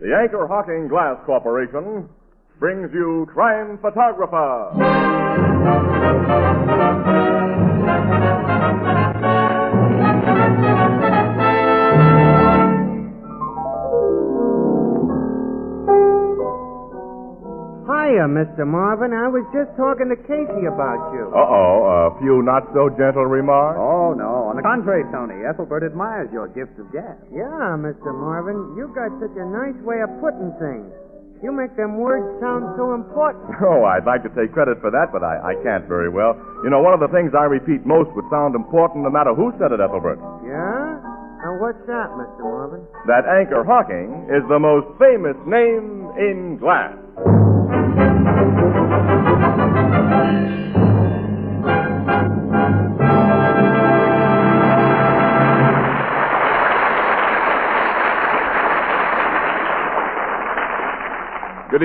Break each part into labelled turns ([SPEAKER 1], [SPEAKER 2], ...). [SPEAKER 1] The Anchor Hawking Glass Corporation brings you Crime Photographer.
[SPEAKER 2] Hiya, Mr. Marvin. I was just talking to Casey about you.
[SPEAKER 1] Uh-oh, a few not-so-gentle remarks.
[SPEAKER 3] Oh, no. On the contrary, Tony, Ethelbert admires your gift of gab.
[SPEAKER 2] Yeah, Mr. Marvin, you got such a nice way of putting things. You make them words sound so important.
[SPEAKER 1] Oh, I'd like to take credit for that, but I, I can't very well. You know, one of the things I repeat most would sound important no matter who said it, Ethelbert.
[SPEAKER 2] Yeah? Now, what's that, Mr. Marvin?
[SPEAKER 1] That Anchor Hawking is the most famous name in glass. Good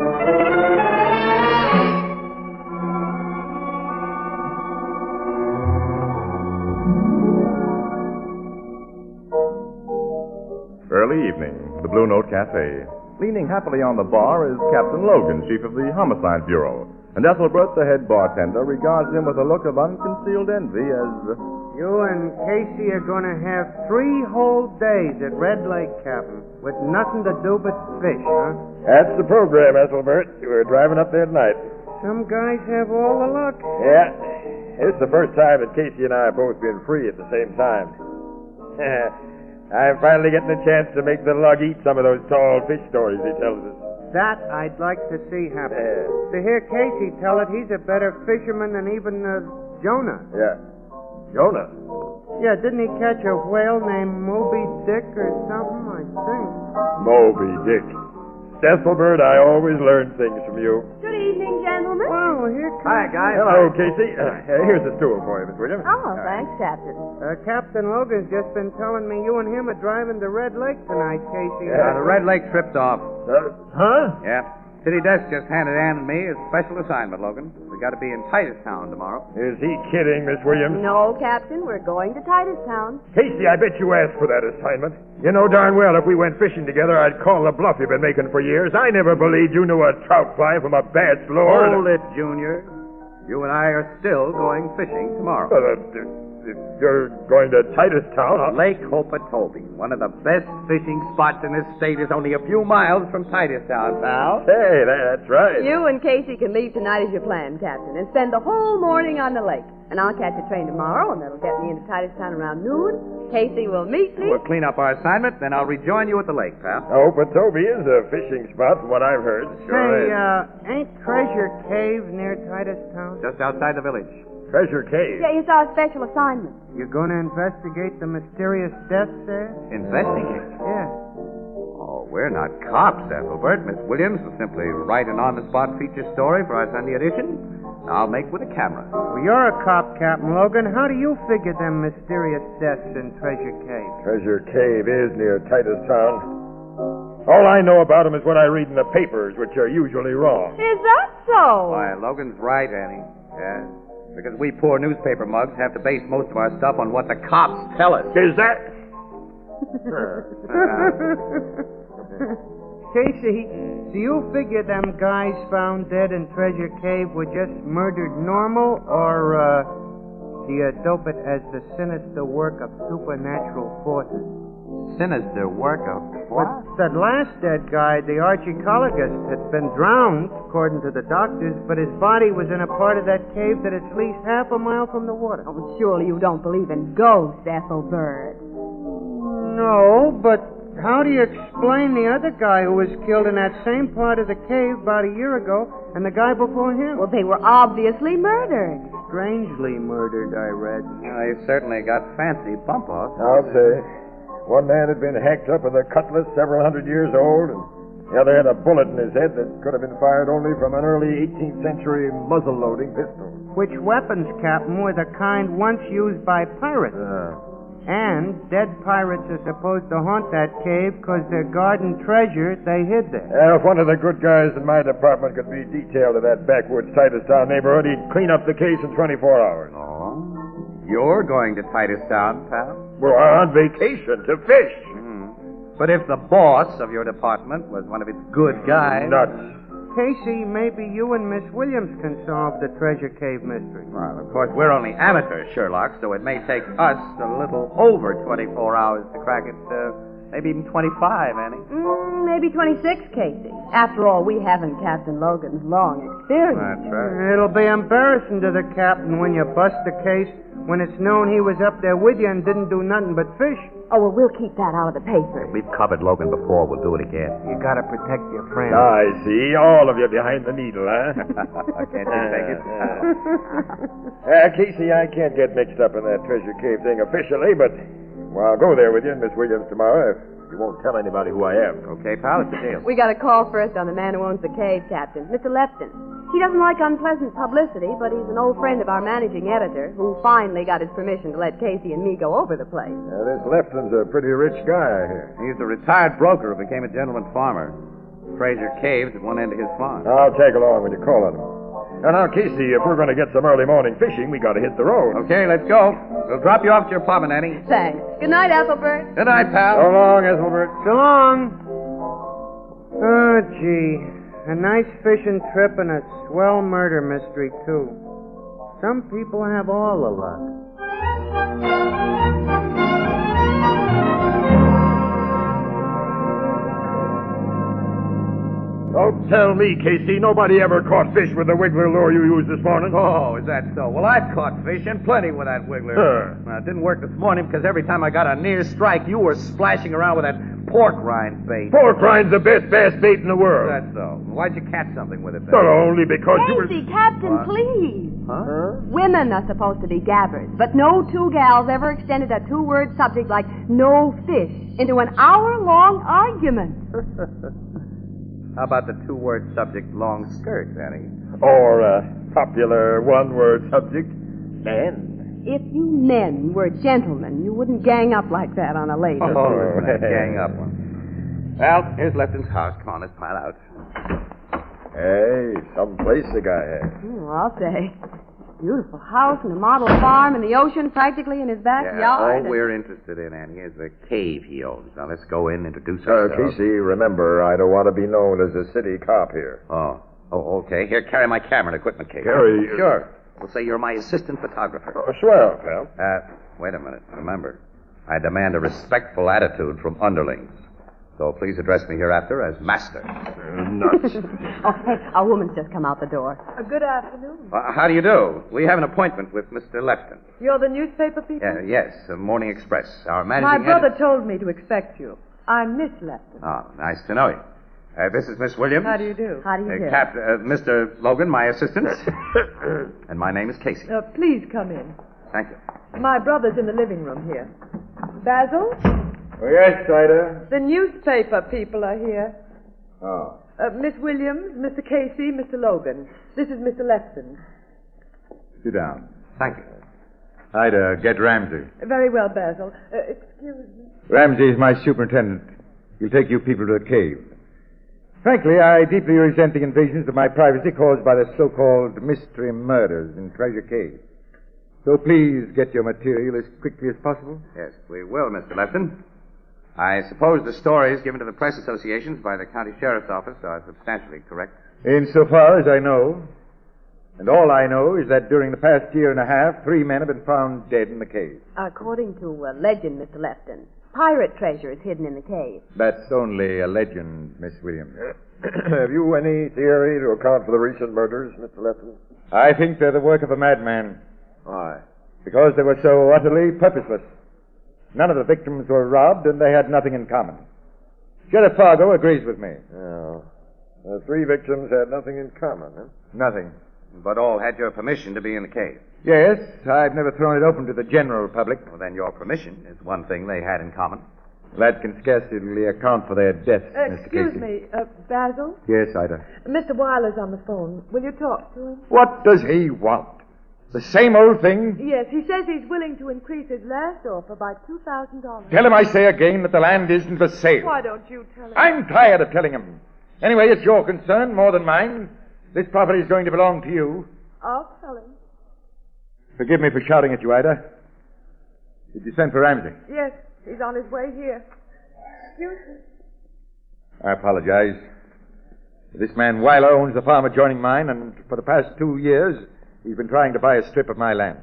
[SPEAKER 1] Early evening, the Blue Note Cafe. Leaning happily on the bar is Captain Logan, chief of the Homicide Bureau. And Ethelbert, the head bartender, regards him with a look of unconcealed envy as.
[SPEAKER 2] You and Casey are going to have three whole days at Red Lake Cabin with nothing to do but fish, huh?
[SPEAKER 4] That's the program, Ethelbert. We're driving up there tonight.
[SPEAKER 2] Some guys have all the luck.
[SPEAKER 4] Yeah. It's the first time that Casey and I have both been free at the same time. I'm finally getting a chance to make the lug eat some of those tall fish stories he tells us.
[SPEAKER 2] That I'd like to see happen.
[SPEAKER 4] Yeah.
[SPEAKER 2] To hear Casey tell it, he's a better fisherman than even uh, Jonah.
[SPEAKER 4] Yeah. Jonah.
[SPEAKER 2] Yeah, didn't he catch a whale named Moby Dick or something? I think.
[SPEAKER 4] Moby Dick. Ethelbert, I always learn things from you.
[SPEAKER 5] Good evening, gentlemen.
[SPEAKER 2] Wow, here comes.
[SPEAKER 3] Hi, guys.
[SPEAKER 4] Hello, Casey. Uh, here's a stool for you, Miss Williams.
[SPEAKER 5] Oh, thanks, Captain.
[SPEAKER 2] Uh, Captain Logan's just been telling me you and him are driving to Red Lake tonight, Casey.
[SPEAKER 3] Uh, the Red Lake tripped off.
[SPEAKER 4] Uh, huh?
[SPEAKER 3] Yeah. City Desk just handed Ann and me a special assignment, Logan. We got to be in Titustown tomorrow.
[SPEAKER 4] Is he kidding, Miss Williams?
[SPEAKER 5] No, Captain, we're going to Titustown.
[SPEAKER 4] Casey, I bet you asked for that assignment. You know darn well if we went fishing together, I'd call the bluff you've been making for years. I never believed you knew a trout fly from a bass lure.
[SPEAKER 3] Hold it, Junior. You and I are still going fishing tomorrow.
[SPEAKER 4] Well, if- if- if you're going to Titustown. I'll-
[SPEAKER 3] Lake Hopatobee, one of the best fishing spots in this state, is only a few miles from Titustown, pal.
[SPEAKER 4] Hey, that- that's right.
[SPEAKER 5] You and Casey can leave tonight as you planned, Captain, and spend the whole morning on the lake. And I'll catch a train tomorrow, and that'll get me into Titustown around noon. Casey will meet me.
[SPEAKER 3] We'll clean up our assignment, then I'll rejoin you at the lake, pal.
[SPEAKER 4] Oh, but Toby is a fishing spot, from what I've heard.
[SPEAKER 2] Say, uh, ain't Treasure Cave near Titustown?
[SPEAKER 3] Just outside the village.
[SPEAKER 4] Treasure Cave.
[SPEAKER 5] Yeah, it's our special assignment.
[SPEAKER 2] You gonna investigate the mysterious death there?
[SPEAKER 3] Investigate.
[SPEAKER 2] Yeah.
[SPEAKER 3] Oh, we're not cops, Ethelbert. Miss Williams will simply write an on-the-spot feature story for our Sunday edition. I'll make with a camera.
[SPEAKER 2] Well, you're a cop, Captain Logan. How do you figure them mysterious deaths in Treasure Cave?
[SPEAKER 4] Treasure Cave is near Titustown. All I know about him is what I read in the papers, which are usually wrong.
[SPEAKER 5] Is that so?
[SPEAKER 3] Why, Logan's right, Annie. Yeah. Because we poor newspaper mugs have to base most of our stuff on what the cops tell us.
[SPEAKER 4] Is that?
[SPEAKER 2] Uh, Casey, do you figure them guys found dead in Treasure Cave were just murdered normal, or uh, do you dope it as the sinister work of supernatural forces?
[SPEAKER 3] Sinister work of what?
[SPEAKER 2] That last dead guy, the archaeologist, had been drowned, according to the doctors, but his body was in a part of that cave that is at least half a mile from the water.
[SPEAKER 5] Oh, surely you don't believe in ghosts, Ethelbert.
[SPEAKER 2] No, but how do you explain the other guy who was killed in that same part of the cave about a year ago and the guy before him?
[SPEAKER 5] Well, they were obviously murdered.
[SPEAKER 2] strangely murdered, I read.
[SPEAKER 3] You know, they've certainly got fancy bump offs.
[SPEAKER 4] I'll say. One man had been hacked up with a cutlass several hundred years old, and The other had a bullet in his head that could have been fired only from an early 18th century muzzle-loading pistol.
[SPEAKER 2] Which weapons, Captain, were the kind once used by pirates.
[SPEAKER 4] Ah.
[SPEAKER 2] And dead pirates are supposed to haunt that cave because they're guarding treasure they hid there.
[SPEAKER 4] Yeah, if one of the good guys in my department could be detailed to that backwoods Titustown neighborhood, he'd clean up the case in 24 hours.
[SPEAKER 3] Oh? You're going to Titustown, pal?
[SPEAKER 4] We're on vacation to fish.
[SPEAKER 3] Hmm. But if the boss of your department was one of its good guys.
[SPEAKER 4] Nuts.
[SPEAKER 2] Casey, maybe you and Miss Williams can solve the treasure cave mystery.
[SPEAKER 3] Well, of course, we're only amateurs, Sherlock, so it may take us a little over 24 hours to crack it. Uh, maybe even 25, Annie.
[SPEAKER 5] Mm, maybe 26, Casey. After all, we haven't Captain Logan's long experience.
[SPEAKER 3] That's right.
[SPEAKER 2] It'll be embarrassing to the captain when you bust the case when it's known he was up there with you and didn't do nothing but fish.
[SPEAKER 5] Oh, well, we'll keep that out of the paper.
[SPEAKER 3] We've covered Logan before. We'll do it again.
[SPEAKER 2] You gotta protect your friends.
[SPEAKER 4] I see. All of you behind the needle, huh?
[SPEAKER 3] Can't you take it?
[SPEAKER 4] Uh, Casey, I can't get mixed up in that treasure cave thing officially, but well, I'll go there with you and Miss Williams tomorrow if you won't tell anybody who I am.
[SPEAKER 3] Okay, pal, it's a deal.
[SPEAKER 5] We got a call first on the man who owns the cave, Captain, Mr. Lefton. He doesn't like unpleasant publicity, but he's an old friend of our managing editor who finally got his permission to let Casey and me go over the place.
[SPEAKER 4] Uh, this Lefton's a pretty rich guy, I hear.
[SPEAKER 3] He's a retired broker who became a gentleman farmer. Fraser Caves at one end of his farm.
[SPEAKER 4] I'll tag along when you call on him. And now, Casey, if we're going to get some early morning fishing, we got to hit the road.
[SPEAKER 3] Okay, let's go. We'll drop you off to your apartment, Annie.
[SPEAKER 5] Thanks. Good night, Ethelbert.
[SPEAKER 3] Good
[SPEAKER 4] So
[SPEAKER 3] night,
[SPEAKER 6] Oh.
[SPEAKER 3] pal.
[SPEAKER 4] long, Ethelbert.
[SPEAKER 2] So long. Oh, gee. A nice fishing trip and a swell murder mystery, too. Some people have all the luck.
[SPEAKER 4] Don't tell me, Casey, nobody ever caught fish with the wiggler lure you used this morning.
[SPEAKER 3] Oh, is that so? Well, I've caught fish and plenty with that wiggler.
[SPEAKER 4] Sure.
[SPEAKER 3] Now, it didn't work this morning because every time I got a near strike, you were splashing around with that pork rind bait.
[SPEAKER 4] Pork rind's the best bass bait in the
[SPEAKER 3] Is
[SPEAKER 4] world.
[SPEAKER 3] that so? Why'd you catch something with it then?
[SPEAKER 4] Not only because Oh, you were.
[SPEAKER 5] Casey, Captain,
[SPEAKER 3] What?
[SPEAKER 5] please.
[SPEAKER 3] Huh?
[SPEAKER 5] Women are supposed to be gabbers, but no two gals ever extended a two word subject like no fish into an hour long argument.
[SPEAKER 3] How about the two word subject long skirt, Annie?
[SPEAKER 4] Or a popular one word subject, man.
[SPEAKER 5] If you men were gentlemen, you wouldn't gang up like that on a lady.
[SPEAKER 4] Oh.
[SPEAKER 3] that gang up one. Well, here's Lefton's house. Come on, let's plan out.
[SPEAKER 4] Hey, someplace the guy has.
[SPEAKER 5] Hmm, I'll say. Beautiful house and a model farm and the ocean practically in his backyard.
[SPEAKER 3] all we're interested in, Annie, is the cave he owns. Now let's go in, introduce
[SPEAKER 4] Uh,
[SPEAKER 3] ourselves.
[SPEAKER 4] Casey, remember, I don't want to be known as a city cop here.
[SPEAKER 3] Oh. Oh, okay. Here, carry my camera and equipment case.
[SPEAKER 4] Carry your-
[SPEAKER 3] Sure. We'll say you're my assistant photographer.
[SPEAKER 4] Oh, swell, pal.
[SPEAKER 3] Uh, wait a minute. Remember, I demand a respectful attitude from underlings. So please address me hereafter as master.
[SPEAKER 4] nuts.
[SPEAKER 5] Oh, hey, a woman's just come out the door.
[SPEAKER 7] good afternoon.
[SPEAKER 3] Uh, how do you do? We have an appointment with Mr. Lefton.
[SPEAKER 7] You're the newspaper people?
[SPEAKER 3] Yeah, yes, uh, Morning Express. Our
[SPEAKER 7] My
[SPEAKER 3] managing
[SPEAKER 7] brother
[SPEAKER 3] editor-
[SPEAKER 7] told me to expect you. I'm Miss Lefton.
[SPEAKER 3] Oh, nice to know you. Uh, this is Miss Williams.
[SPEAKER 7] How do you do?
[SPEAKER 5] How do you
[SPEAKER 3] Uh,
[SPEAKER 5] do?
[SPEAKER 3] Cap- uh, Mr. Logan, my assistant. and my name is Casey.
[SPEAKER 7] Uh, please come in.
[SPEAKER 3] Thank you.
[SPEAKER 7] My brother's in the living room here. Basil,
[SPEAKER 4] Oh, yes, Ida.
[SPEAKER 7] the newspaper people are here.
[SPEAKER 4] Oh.
[SPEAKER 7] Uh, Miss Williams, Mr. Casey, Mr. Logan. This is Mr. Lefton.
[SPEAKER 6] Sit down.
[SPEAKER 3] Thank you.
[SPEAKER 6] Ida, get Ramsey.
[SPEAKER 7] Very well, Basil. Uh, excuse me.
[SPEAKER 6] Ramsey is my superintendent. He'll take you people to the cave. Frankly, I deeply resent the invasions of my privacy caused by the so-called mystery murders in Treasure Cave. So please get your material as quickly as possible.
[SPEAKER 3] Yes, we will, Mr. Lefton. I suppose the stories given to the press associations by the county sheriff's office are substantially correct.
[SPEAKER 6] Insofar as I know, and all I know is that during the past year and a half, three men have been found dead in the cave.
[SPEAKER 5] According to uh, legend, Mr. Lefton, pirate treasure is hidden in the cave.
[SPEAKER 6] That's only a legend, Miss Williams.
[SPEAKER 4] Uh, Have you any theory to account for the recent murders, Mr. Lefton?
[SPEAKER 6] I think they're the work of a madman.
[SPEAKER 4] Why?
[SPEAKER 6] because they were so utterly purposeless. None of the victims were robbed, and they had nothing in common. Sheriff Fargo agrees with me.
[SPEAKER 4] Oh. The three victims had nothing in common, huh?
[SPEAKER 6] Nothing.
[SPEAKER 3] But all had your permission to be in the cave.
[SPEAKER 6] Yes, I've never thrown it open to the general public.
[SPEAKER 3] Well, then your permission is one thing they had in common.
[SPEAKER 6] That can scarcely account for their deaths,
[SPEAKER 7] Uh,
[SPEAKER 6] Mr.
[SPEAKER 7] excuse
[SPEAKER 6] Casey.
[SPEAKER 7] me, uh, Basil?
[SPEAKER 6] Yes, Ida.
[SPEAKER 7] Mr. Wyler's on the phone. Will you talk to him?
[SPEAKER 6] What does he want? The same old thing?
[SPEAKER 7] Yes, he says he's willing to increase his last offer by $2,000.
[SPEAKER 6] Tell him I say again that the land isn't for sale.
[SPEAKER 7] Why don't you tell him?
[SPEAKER 6] I'm tired of telling him. Anyway, it's your concern more than mine. This property is going to belong to you.
[SPEAKER 7] I'll tell him.
[SPEAKER 6] Forgive me for shouting at you, Ida. Did you send for Ramsey?
[SPEAKER 7] Yes, he's on his way here. Excuse me.
[SPEAKER 6] I apologize. This man Weiler owns the farm adjoining mine, and for the past two years, he's been trying to buy a strip of my land.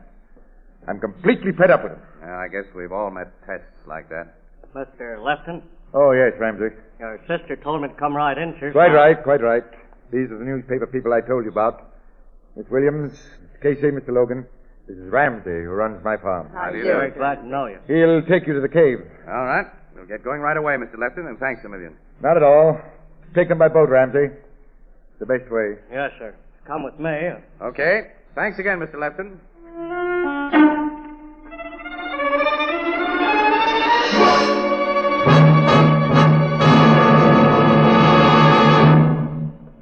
[SPEAKER 6] I'm completely fed up with him.
[SPEAKER 8] Yeah, I guess we've all met pests like that.
[SPEAKER 9] Mr. Lefton,
[SPEAKER 6] Oh, yes, Ramsey.
[SPEAKER 9] your sister told me to come right in, sir.
[SPEAKER 6] Quite right, quite right. These are the newspaper people I told you about. Miss Williams, Mr. Casey, Mr. Logan. This is Ramsey, who runs my farm.
[SPEAKER 8] How do you
[SPEAKER 9] Very
[SPEAKER 8] do?
[SPEAKER 9] glad to know you.
[SPEAKER 6] He'll take you to the cave.
[SPEAKER 8] All right. We'll get going right away, Mr. Lefton, and thanks a million.
[SPEAKER 6] Not at all. Take them by boat, Ramsey. The best way.
[SPEAKER 9] Yes, sir. Come with me.
[SPEAKER 8] Okay. Thanks again, Mr. Lefton.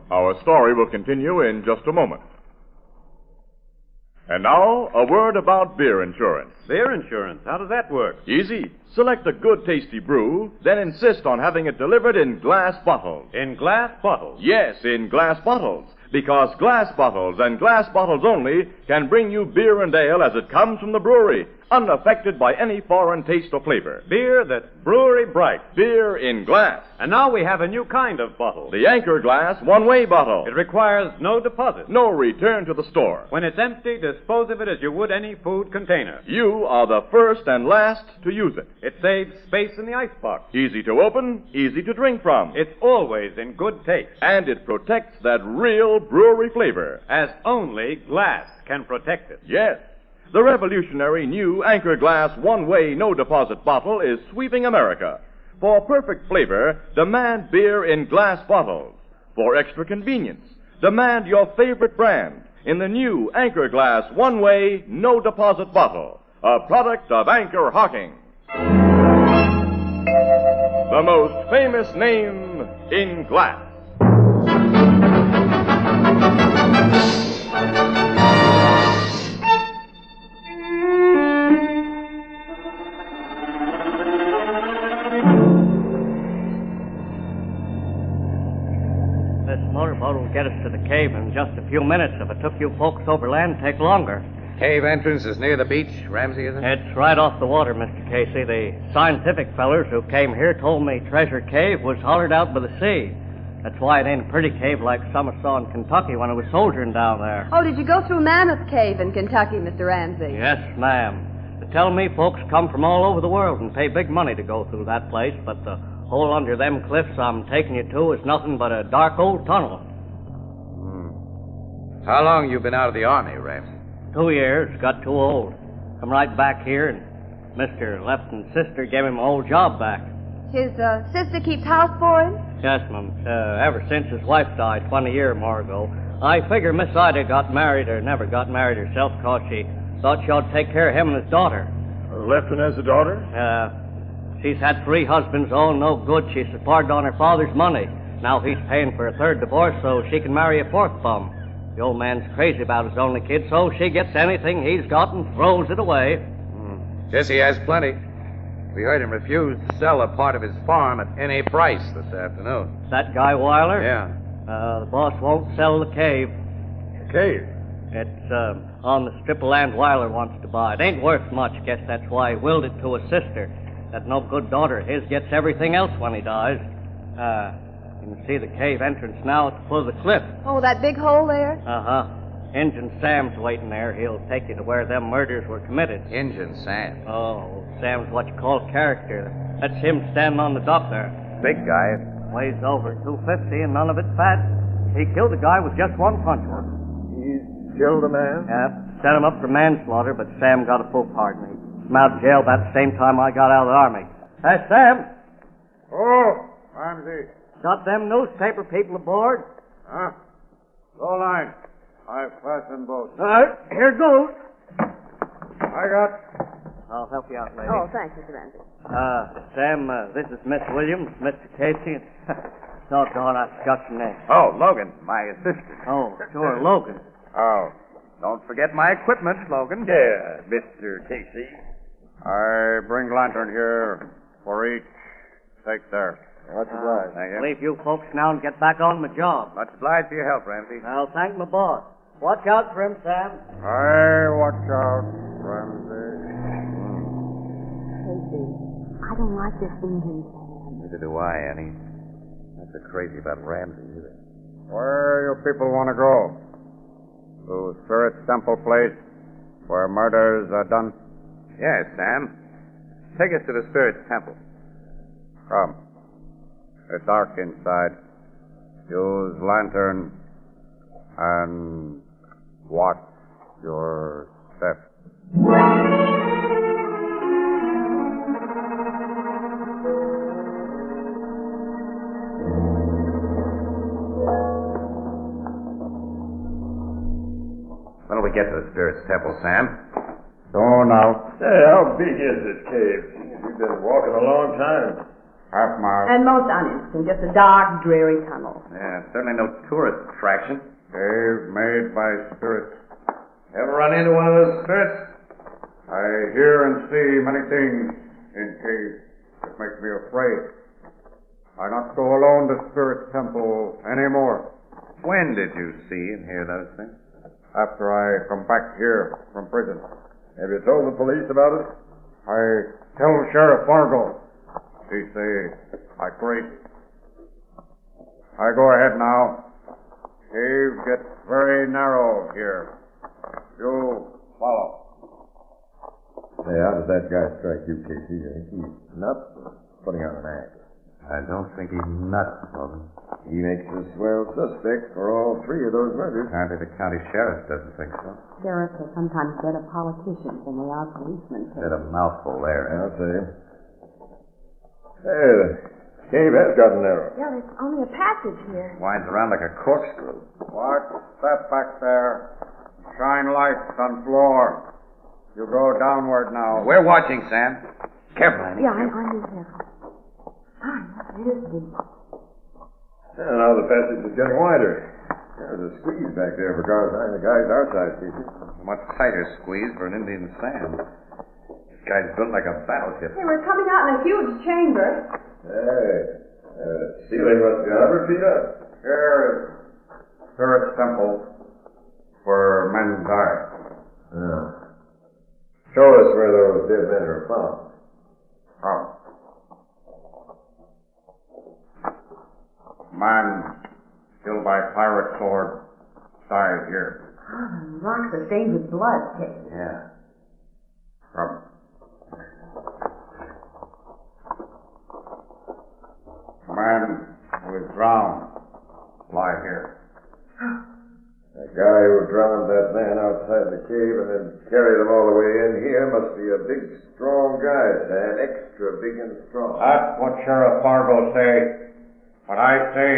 [SPEAKER 1] Our story will continue in just a moment. And now, a word about beer insurance.
[SPEAKER 10] Beer insurance. How does that work?
[SPEAKER 1] Easy. Select a good, tasty brew, then insist on having it delivered in glass bottles.
[SPEAKER 10] In glass bottles.
[SPEAKER 1] Yes, in glass bottles. Because glass bottles and glass bottles only can bring you beer and ale as it comes from the brewery, unaffected by any foreign taste or flavor.
[SPEAKER 10] Beer that's brewery bright.
[SPEAKER 1] Beer in glass.
[SPEAKER 10] And now we have a new kind of bottle.
[SPEAKER 1] The anchor glass one way bottle.
[SPEAKER 10] It requires no deposit.
[SPEAKER 1] No return to the store.
[SPEAKER 10] When it's empty, dispose of it as you would any food container.
[SPEAKER 1] You are the first and last to use it.
[SPEAKER 10] It saves space in the icebox.
[SPEAKER 1] Easy to open, easy to drink from.
[SPEAKER 10] It's always in good taste,
[SPEAKER 1] and it protects that real brewery flavor.
[SPEAKER 10] as only glass can protect it.
[SPEAKER 1] Yes. The revolutionary new Anchor Glass one way no deposit bottle is sweeping America. For perfect flavor, demand beer in glass bottles. For extra convenience, demand your favorite brand in the new Anchor Glass one way no deposit bottle, a product of Anchor Hocking. The most famous name in glass.
[SPEAKER 9] This motorboat will get us to the cave in just a few minutes. If it took you folks overland, take longer.
[SPEAKER 8] Cave entrance is near the beach. Ramsey, isn't it?
[SPEAKER 9] It's right off the water, Mr. Casey. The scientific fellers who came here told me Treasure Cave was hollered out by the sea. That's why it ain't a pretty cave like some I saw in Kentucky when I was soldiering down there.
[SPEAKER 5] Oh, did you go through Mammoth Cave in Kentucky, Mr. Ramsey?
[SPEAKER 9] Yes, ma'am. They tell me folks come from all over the world and pay big money to go through that place, but the hole under them cliffs I'm taking you to is nothing but a dark old tunnel.
[SPEAKER 8] How long you been out of the army, Ramsey?
[SPEAKER 9] Two years, got too old. Come right back here, and Mr. Lefton's sister gave him my old job back.
[SPEAKER 5] His uh, sister keeps house for him?
[SPEAKER 9] Yes, ma'am. Uh, ever since his wife died 20 year more ago, I figure Miss Ida got married or never got married herself 'cause she thought she ought to take care of him and his daughter.
[SPEAKER 4] Lefton has a daughter?
[SPEAKER 9] Uh, she's had three husbands, all no good. She's supported on her father's money. Now he's paying for a third divorce so she can marry a fourth bum. The old man's crazy about his only kid, so she gets anything he's got and throws it away.
[SPEAKER 8] Yes, he has plenty. We heard him refuse to sell a part of his farm at any price this afternoon.
[SPEAKER 9] That guy Weiler?
[SPEAKER 8] Yeah.
[SPEAKER 9] Uh, the boss won't sell the cave.
[SPEAKER 4] Cave.
[SPEAKER 9] It's uh, on the strip of land Weiler wants to buy. It ain't worth much. Guess that's why he willed it to his sister. That no good daughter of his gets everything else when he dies. Uh, you can see the cave entrance now at the foot of the cliff.
[SPEAKER 5] Oh, that big hole there?
[SPEAKER 9] Uh huh. Engine Sam's waiting there. He'll take you to where them murders were committed.
[SPEAKER 8] Injun Sam.
[SPEAKER 9] Oh, Sam's what you call character. That's him standing on the dock there.
[SPEAKER 8] Big guy.
[SPEAKER 9] Weighs over 250 and none of it fat. He killed a guy with just one punch wound.
[SPEAKER 4] He's killed a man?
[SPEAKER 9] Yeah, set him up for manslaughter, but Sam got a full pardon. He came out of jail about the same time I got out of the army. Hey, Sam,
[SPEAKER 4] Oh, Ramsey.
[SPEAKER 9] got them newspaper people aboard?
[SPEAKER 4] Huh? Low line. I fasten both.
[SPEAKER 9] Uh, here goes.
[SPEAKER 4] I got
[SPEAKER 9] I'll help you out later.
[SPEAKER 5] Oh, thanks, Mr. Ramsey.
[SPEAKER 9] Uh, Sam, uh, this is Miss Williams, Mr. Casey. so darn, I forgot your name.
[SPEAKER 8] Oh, Logan, my assistant.
[SPEAKER 9] Oh, sure, Logan.
[SPEAKER 8] Oh, don't forget my equipment, Logan.
[SPEAKER 4] Yeah, Mr. Casey.
[SPEAKER 8] I bring lantern here for each. Take there.
[SPEAKER 4] What's the price?
[SPEAKER 8] Thank you.
[SPEAKER 9] Ah, Leave you folks now and get back on the job.
[SPEAKER 8] Much obliged for your help, Ramsey.
[SPEAKER 9] I'll thank my boss. Watch out for him, Sam.
[SPEAKER 8] Hey, watch out, Ramsey. Hmm.
[SPEAKER 5] Casey, Oh, I don't like this Indian Sam.
[SPEAKER 8] Neither do I, Annie. Not so crazy about Ramsey either. Where you people want to go? To Spirit's Temple place, where murders are done. Yes, Sam. Take us to the Spirit's Temple. Come. It's dark inside. Use lantern and watch your step. When will we get to the Spirit's Temple, Sam?
[SPEAKER 6] Soon out.
[SPEAKER 4] Hey, how big is this cave? We've been walking a long time.
[SPEAKER 8] Half mile.
[SPEAKER 5] And most uninteresting, just a dark, dreary tunnel.
[SPEAKER 8] Yeah, certainly no tourist attraction. Cave made by spirits. Ever run into one of those spirits? I hear and see many things in caves that make me afraid. I not go alone to Spirit Temple anymore. When did you see and hear those things? After I come back here from prison.
[SPEAKER 4] Have you told the police about it?
[SPEAKER 8] I tell Sheriff Fargo. He say I crazy. I go ahead now. Cave gets very narrow here. You follow.
[SPEAKER 6] Hey, how does that guy strike you, Casey? You think he's nuts or putting out an act?
[SPEAKER 8] I don't think he's nuts, Logan.
[SPEAKER 6] He makes a swell suspect for all three of those murders.
[SPEAKER 8] Apparently the county sheriff doesn't think so.
[SPEAKER 11] Sheriffs are sometimes better politicians than they are policemen.
[SPEAKER 8] Said a mouthful there.
[SPEAKER 6] I'll say. Hey, the cave has gotten narrow.
[SPEAKER 5] Yeah, there's only a passage here.
[SPEAKER 8] Winds around like a corkscrew. Watch step back there. Shine lights on floor. You go downward now. We're watching, Sam. Careful, Annie.
[SPEAKER 5] Yeah, I'm, I'm being careful. Fine, it is deep.
[SPEAKER 6] Yeah, now the passage is getting wider. There's a squeeze back there for cars and the guys our size, Casey.
[SPEAKER 8] Much tighter squeeze for an Indian sand. This guy's built like a battleship.
[SPEAKER 5] Hey, we're coming out in a huge chamber.
[SPEAKER 6] Hey, uh, ceiling must be a hundred feet up.
[SPEAKER 8] Here is Spirit Temple where men die.
[SPEAKER 6] Yeah. Show us where those dead men are found.
[SPEAKER 8] From. Man killed by pirate sword died here.
[SPEAKER 11] Oh, the rocks are stained with blood, Kate.
[SPEAKER 8] Yeah. From. Man who is drowned lie here.
[SPEAKER 6] The guy who drowned that man outside the cave and then carried him all the way in here must be a big, strong guy, Sam. Extra big and strong.
[SPEAKER 4] Ah.
[SPEAKER 8] That's what Sheriff Fargo say. But I say,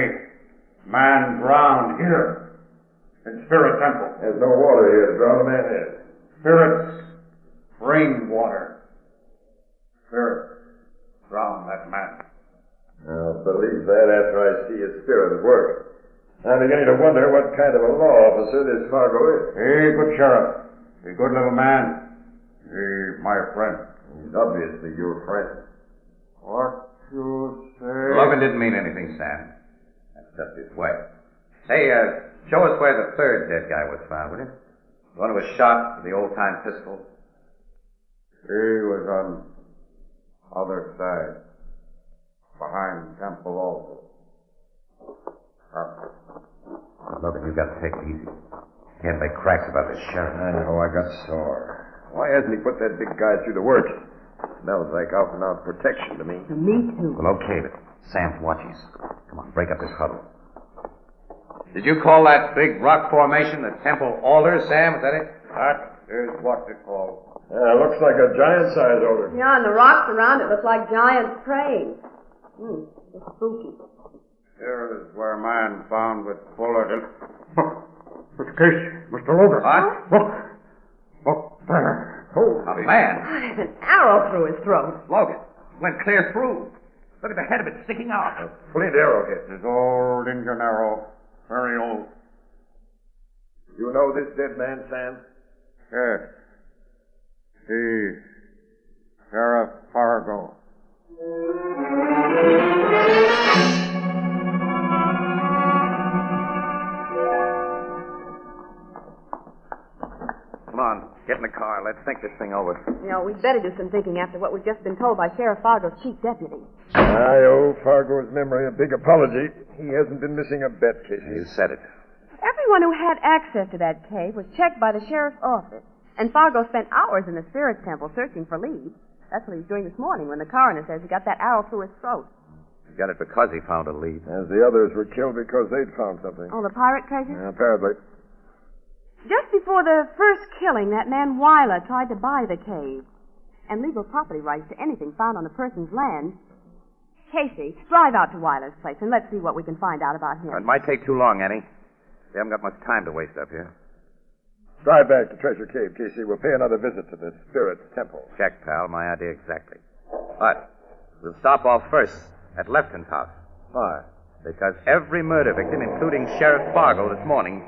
[SPEAKER 8] man drowned here in Spirit Temple.
[SPEAKER 6] There's no water here. Drown a man in.
[SPEAKER 8] Spirit's rainwater. Spirit drowned that man.
[SPEAKER 6] I'll believe that after I see his spirit at work. I'm beginning to wonder what kind of a law officer this Fargo is.
[SPEAKER 8] Hey, good sheriff. A good little man. He, my friend.
[SPEAKER 6] He's obviously your friend.
[SPEAKER 8] What you say? Logan didn't mean anything, Sam. That's just his way. Hey, uh, show us where the third dead guy was found, will you? The one who was shot with the old-time pistol. He was on other side, behind Temple Altar. Logan, you got to take it easy. Can't make cracks about this sheriff.
[SPEAKER 6] I know, I got sore. Why hasn't he put that big guy through the works? That was like out and out protection to me.
[SPEAKER 11] Me too.
[SPEAKER 8] Well, okay, but Sam's watching us. Come on, break up this huddle. Did you call that big rock formation the Temple Altar, Sam? Is that it? That is what they call.
[SPEAKER 4] Yeah, it looks like a giant size order.
[SPEAKER 5] Yeah, and the rocks around it look like giants praying. Hmm, it's spooky.
[SPEAKER 8] Here is where man found with bullet. Mr. Casey, Mr. Logan. What? Look, look there.
[SPEAKER 3] Who? A man.
[SPEAKER 5] There's an arrow through his throat.
[SPEAKER 3] Logan. Went clear through. Look at the head of it sticking out.
[SPEAKER 8] Flint arrowhead. This old Indian arrow. Very old.
[SPEAKER 4] You know this dead man, Sam?
[SPEAKER 8] Yes. He. Sheriff Fargo.
[SPEAKER 3] Come on, get in the car. Let's think this thing over.
[SPEAKER 5] You know, we'd better do some thinking after what we've just been told by Sheriff Fargo's chief deputy.
[SPEAKER 4] I owe Fargo's memory a big apology. He hasn't been missing a bet, Casey. You
[SPEAKER 3] said it.
[SPEAKER 5] Everyone who had access to that cave was checked by the sheriff's office, and Fargo spent hours in the spirit temple searching for leads. That's what he was doing this morning when the coroner says he got that arrow through his throat.
[SPEAKER 3] He got it because he found a lead.
[SPEAKER 4] As the others were killed because they'd found something.
[SPEAKER 5] Oh, the pirate treasure?
[SPEAKER 4] Yeah, apparently.
[SPEAKER 5] Just before the first killing, that man Weiler tried to buy the cave and legal property rights to anything found on a person's land. Casey, drive out to Weiler's place and let's see what we can find out about him.
[SPEAKER 3] It might take too long, Annie. They haven't got much time to waste up here.
[SPEAKER 4] Drive back to Treasure Cave, Casey. We'll pay another visit to the Spirit Temple.
[SPEAKER 3] Check, pal. My idea exactly. But we'll stop off first at Lefton's house.
[SPEAKER 4] Why?
[SPEAKER 3] Because every murder victim, including Sheriff Fargo this morning,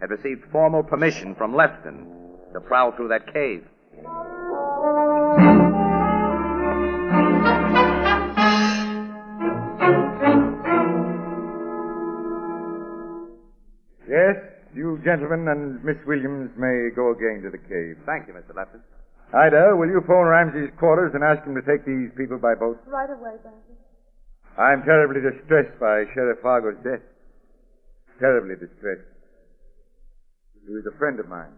[SPEAKER 3] had received formal permission from Lefton to prowl through that cave.
[SPEAKER 6] Yes, you gentlemen and Miss Williams may go again to the cave.
[SPEAKER 3] Thank you, Mr. Lefton.
[SPEAKER 6] Ida, will you phone Ramsey's quarters and ask him to take these people by boat?
[SPEAKER 12] Right away, Bandit.
[SPEAKER 6] I'm terribly distressed by Sheriff Fargo's death. Terribly distressed. He was a friend of mine.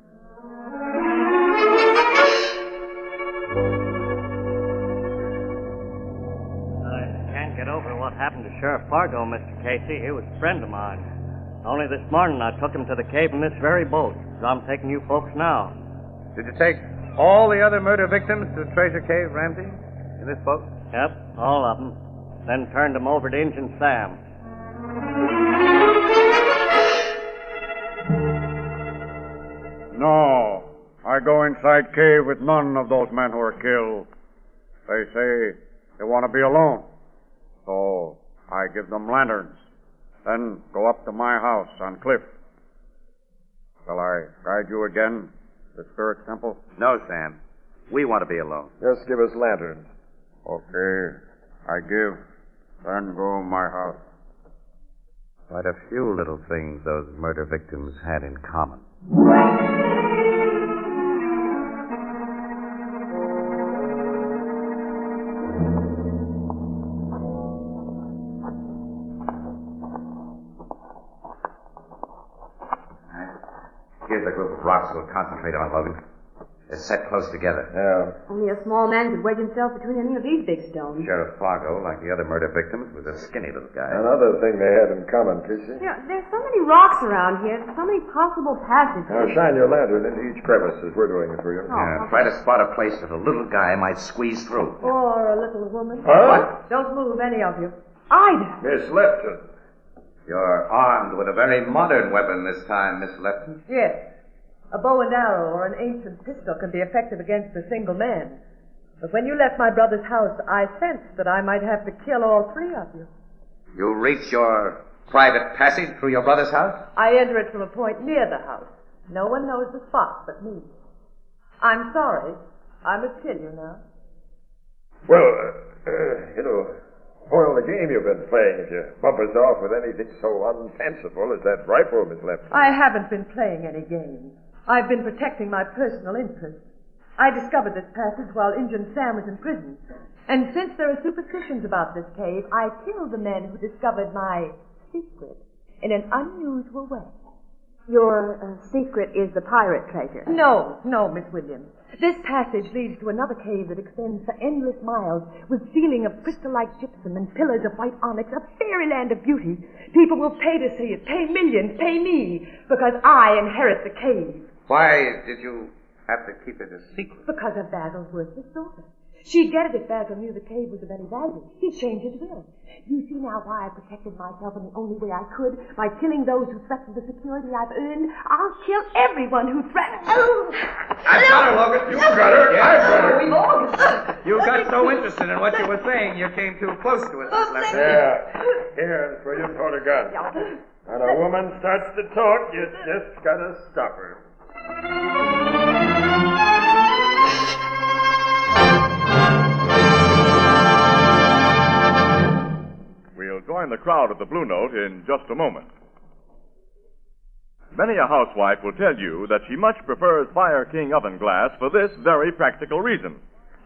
[SPEAKER 9] I can't get over what happened to Sheriff Fargo, Mr. Casey. He was a friend of mine. Only this morning I took him to the cave in this very boat. So I'm taking you folks now.
[SPEAKER 3] Did you take all the other murder victims to Treasure Cave, Ramsey? In this boat?
[SPEAKER 9] Yep, all of them. Then turned them over to Injun Sam.
[SPEAKER 8] No. I go inside cave with none of those men who were killed. They say they want to be alone. So I give them lanterns. Then go up to my house on cliff. Shall I guide you again to Spirit Temple?
[SPEAKER 3] No, Sam. We want to be alone.
[SPEAKER 4] Just give us lanterns.
[SPEAKER 8] Okay. I give. Then go my house.
[SPEAKER 3] Quite a few little things those murder victims had in common. Here's a group of rocks we'll concentrate on, Logan. They're set close together.
[SPEAKER 4] Yeah.
[SPEAKER 5] Only a small man could wedge himself between any of these big stones.
[SPEAKER 3] Sheriff Fargo, like the other murder victims, was a skinny little guy.
[SPEAKER 4] Another thing they had in common,
[SPEAKER 5] You
[SPEAKER 4] Casey.
[SPEAKER 5] know, there's so many rocks around here, so many possible passages.
[SPEAKER 6] Oh,
[SPEAKER 4] Now shine your lantern into each crevice as we're doing it for you.
[SPEAKER 12] Oh.
[SPEAKER 3] Yeah, try to spot a place that a little guy might squeeze through.
[SPEAKER 12] Or a little woman.
[SPEAKER 4] Huh?
[SPEAKER 5] Don't move, any of you. Ida!
[SPEAKER 3] Miss Lefton. You're armed with a very modern weapon this time, Miss Lefton.
[SPEAKER 7] Yes. A bow and arrow or an ancient pistol can be effective against a single man. But when you left my brother's house, I sensed that I might have to kill all three of you.
[SPEAKER 3] You reach your private passage through your brother's house?
[SPEAKER 7] I enter it from a point near the house. No one knows the spot but me. I'm sorry. I must kill you now.
[SPEAKER 4] Well, uh, uh, it'll spoil the game you've been playing if you bump us off with anything so unfanciful as that rifle, Miss Lefton.
[SPEAKER 7] I haven't been playing any games. I've been protecting my personal interests. I discovered this passage while Injun Sam was in prison. And since there are superstitions about this cave, I killed the man who discovered my secret in an unusual way.
[SPEAKER 5] Your uh, secret is the pirate treasure.
[SPEAKER 7] No, no, Miss Williams. This passage leads to another cave that extends for endless miles with ceiling of crystal-like gypsum and pillars of white onyx, a fairyland of beauty. People will pay to see it, pay millions, pay me, because I inherit the cave.
[SPEAKER 3] Why did you have to keep it a secret?
[SPEAKER 7] Because of Basil's worthless daughter.
[SPEAKER 12] She'd get it if Basil knew the cave was of any value. He'd change his will. You see now why I protected myself in the only way I could? By killing those who threatened the security I've earned. I'll kill everyone who threatens. Oh!
[SPEAKER 13] I've got her, Logan. You've got her. I've got her.
[SPEAKER 12] We've all got her.
[SPEAKER 13] You got so interested in what you were saying, you came too close to it, Miss Lefty.
[SPEAKER 4] Yeah. Here, that's where you taught a gun. When a woman starts to talk, you just gotta stop her.
[SPEAKER 1] We'll join the crowd at the Blue Note in just a moment. Many a housewife will tell you that she much prefers Fire King oven glass for this very practical reason.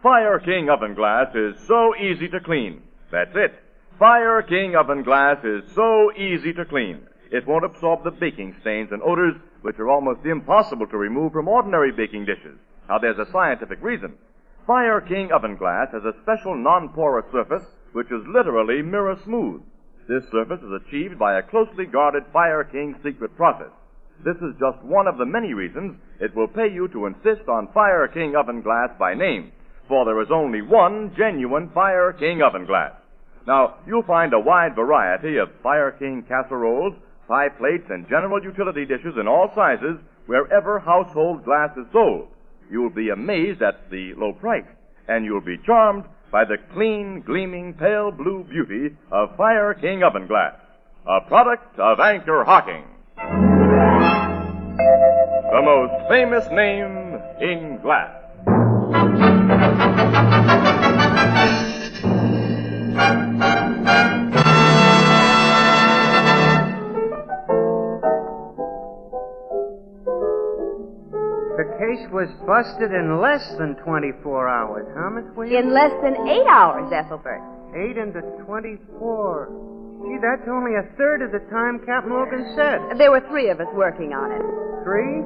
[SPEAKER 1] Fire King oven glass is so easy to clean. That's it. Fire King oven glass is so easy to clean. It won't absorb the baking stains and odors which are almost impossible to remove from ordinary baking dishes. Now there's a scientific reason. Fire King oven glass has a special non-porous surface which is literally mirror smooth. This surface is achieved by a closely guarded Fire King secret process. This is just one of the many reasons it will pay you to insist on Fire King oven glass by name, for there is only one genuine Fire King oven glass. Now, you'll find a wide variety of Fire King casseroles, pie plates, and general utility dishes in all sizes wherever household glass is sold. You'll be amazed at the low price, and you'll be charmed by the clean, gleaming, pale blue beauty of Fire King oven glass, a product of Anchor Hocking. The most famous name in glass.
[SPEAKER 2] The case was busted in less than 24 hours, huh, Miss Williams?
[SPEAKER 14] In less than eight hours, Ethelbert.
[SPEAKER 2] Eight into 24. Gee, that's only a third of the time Captain Logan said.
[SPEAKER 14] There were three of us working on it.
[SPEAKER 2] Three?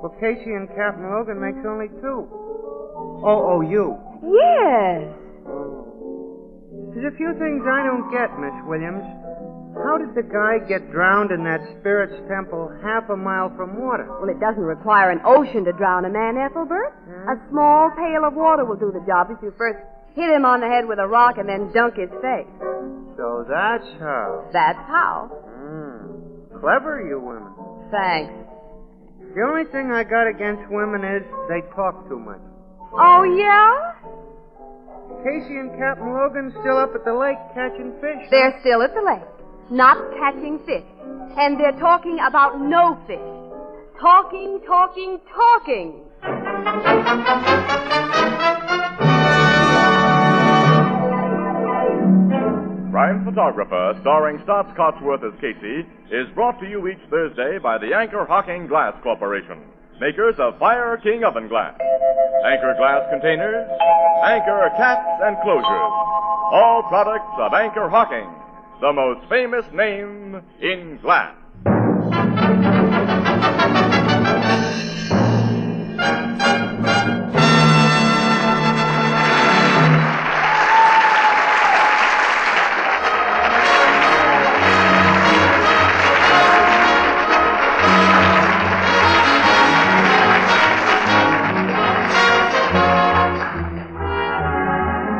[SPEAKER 2] Well, Casey and Captain Logan makes only two. Oh, oh, you.
[SPEAKER 14] Yes.
[SPEAKER 2] There's a few things I don't get, Miss Williams. How did the guy get drowned in that spirit's temple half a mile from water?
[SPEAKER 14] Well, it doesn't require an ocean to drown a man, Ethelbert. A small pail of water will do the job if you first hit him on the head with a rock and then dunk his face.
[SPEAKER 2] So that's how.
[SPEAKER 14] That's how.
[SPEAKER 2] Mm. Clever, you women.
[SPEAKER 14] Thanks.
[SPEAKER 2] The only thing I got against women is they talk too much.
[SPEAKER 14] Oh, yeah?
[SPEAKER 2] Casey and Captain Logan still up at the lake catching fish.
[SPEAKER 14] They're still at the lake, not catching fish. And they're talking about no fish. Talking, talking, talking.
[SPEAKER 1] Prime Photographer, starring Stotts Cotsworth as Casey, is brought to you each Thursday by the Anchor Hocking Glass Corporation, makers of Fire King Oven Glass, Anchor Glass Containers, Anchor Caps and Closures, all products of Anchor Hocking, the most famous name in glass.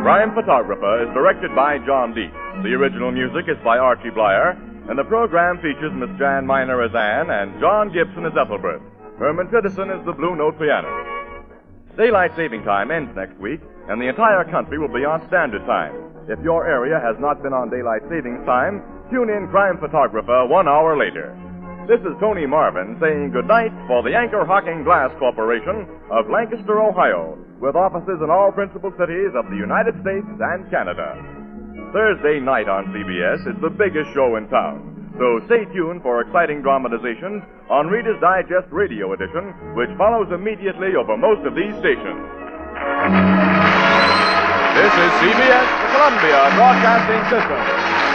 [SPEAKER 1] Prime Photographer is directed by John Deep. The original music is by Archie Blyer, and the program features Miss Jan Miner as Anne and John Gibson as Ethelbert. Herman Tiddison is the Blue Note pianist. Daylight saving time ends next week, and the entire country will be on standard time. If your area has not been on daylight savings time, tune in Crime Photographer one hour later. This is Tony Marvin saying goodnight for the Anchor Hocking Glass Corporation of Lancaster, Ohio, with offices in all principal cities of the United States and Canada. Thursday night on CBS is the biggest show in town, so stay tuned for exciting dramatizations on Reader's Digest Radio Edition, which follows immediately over most of these stations. This is CBS, the Columbia Broadcasting System.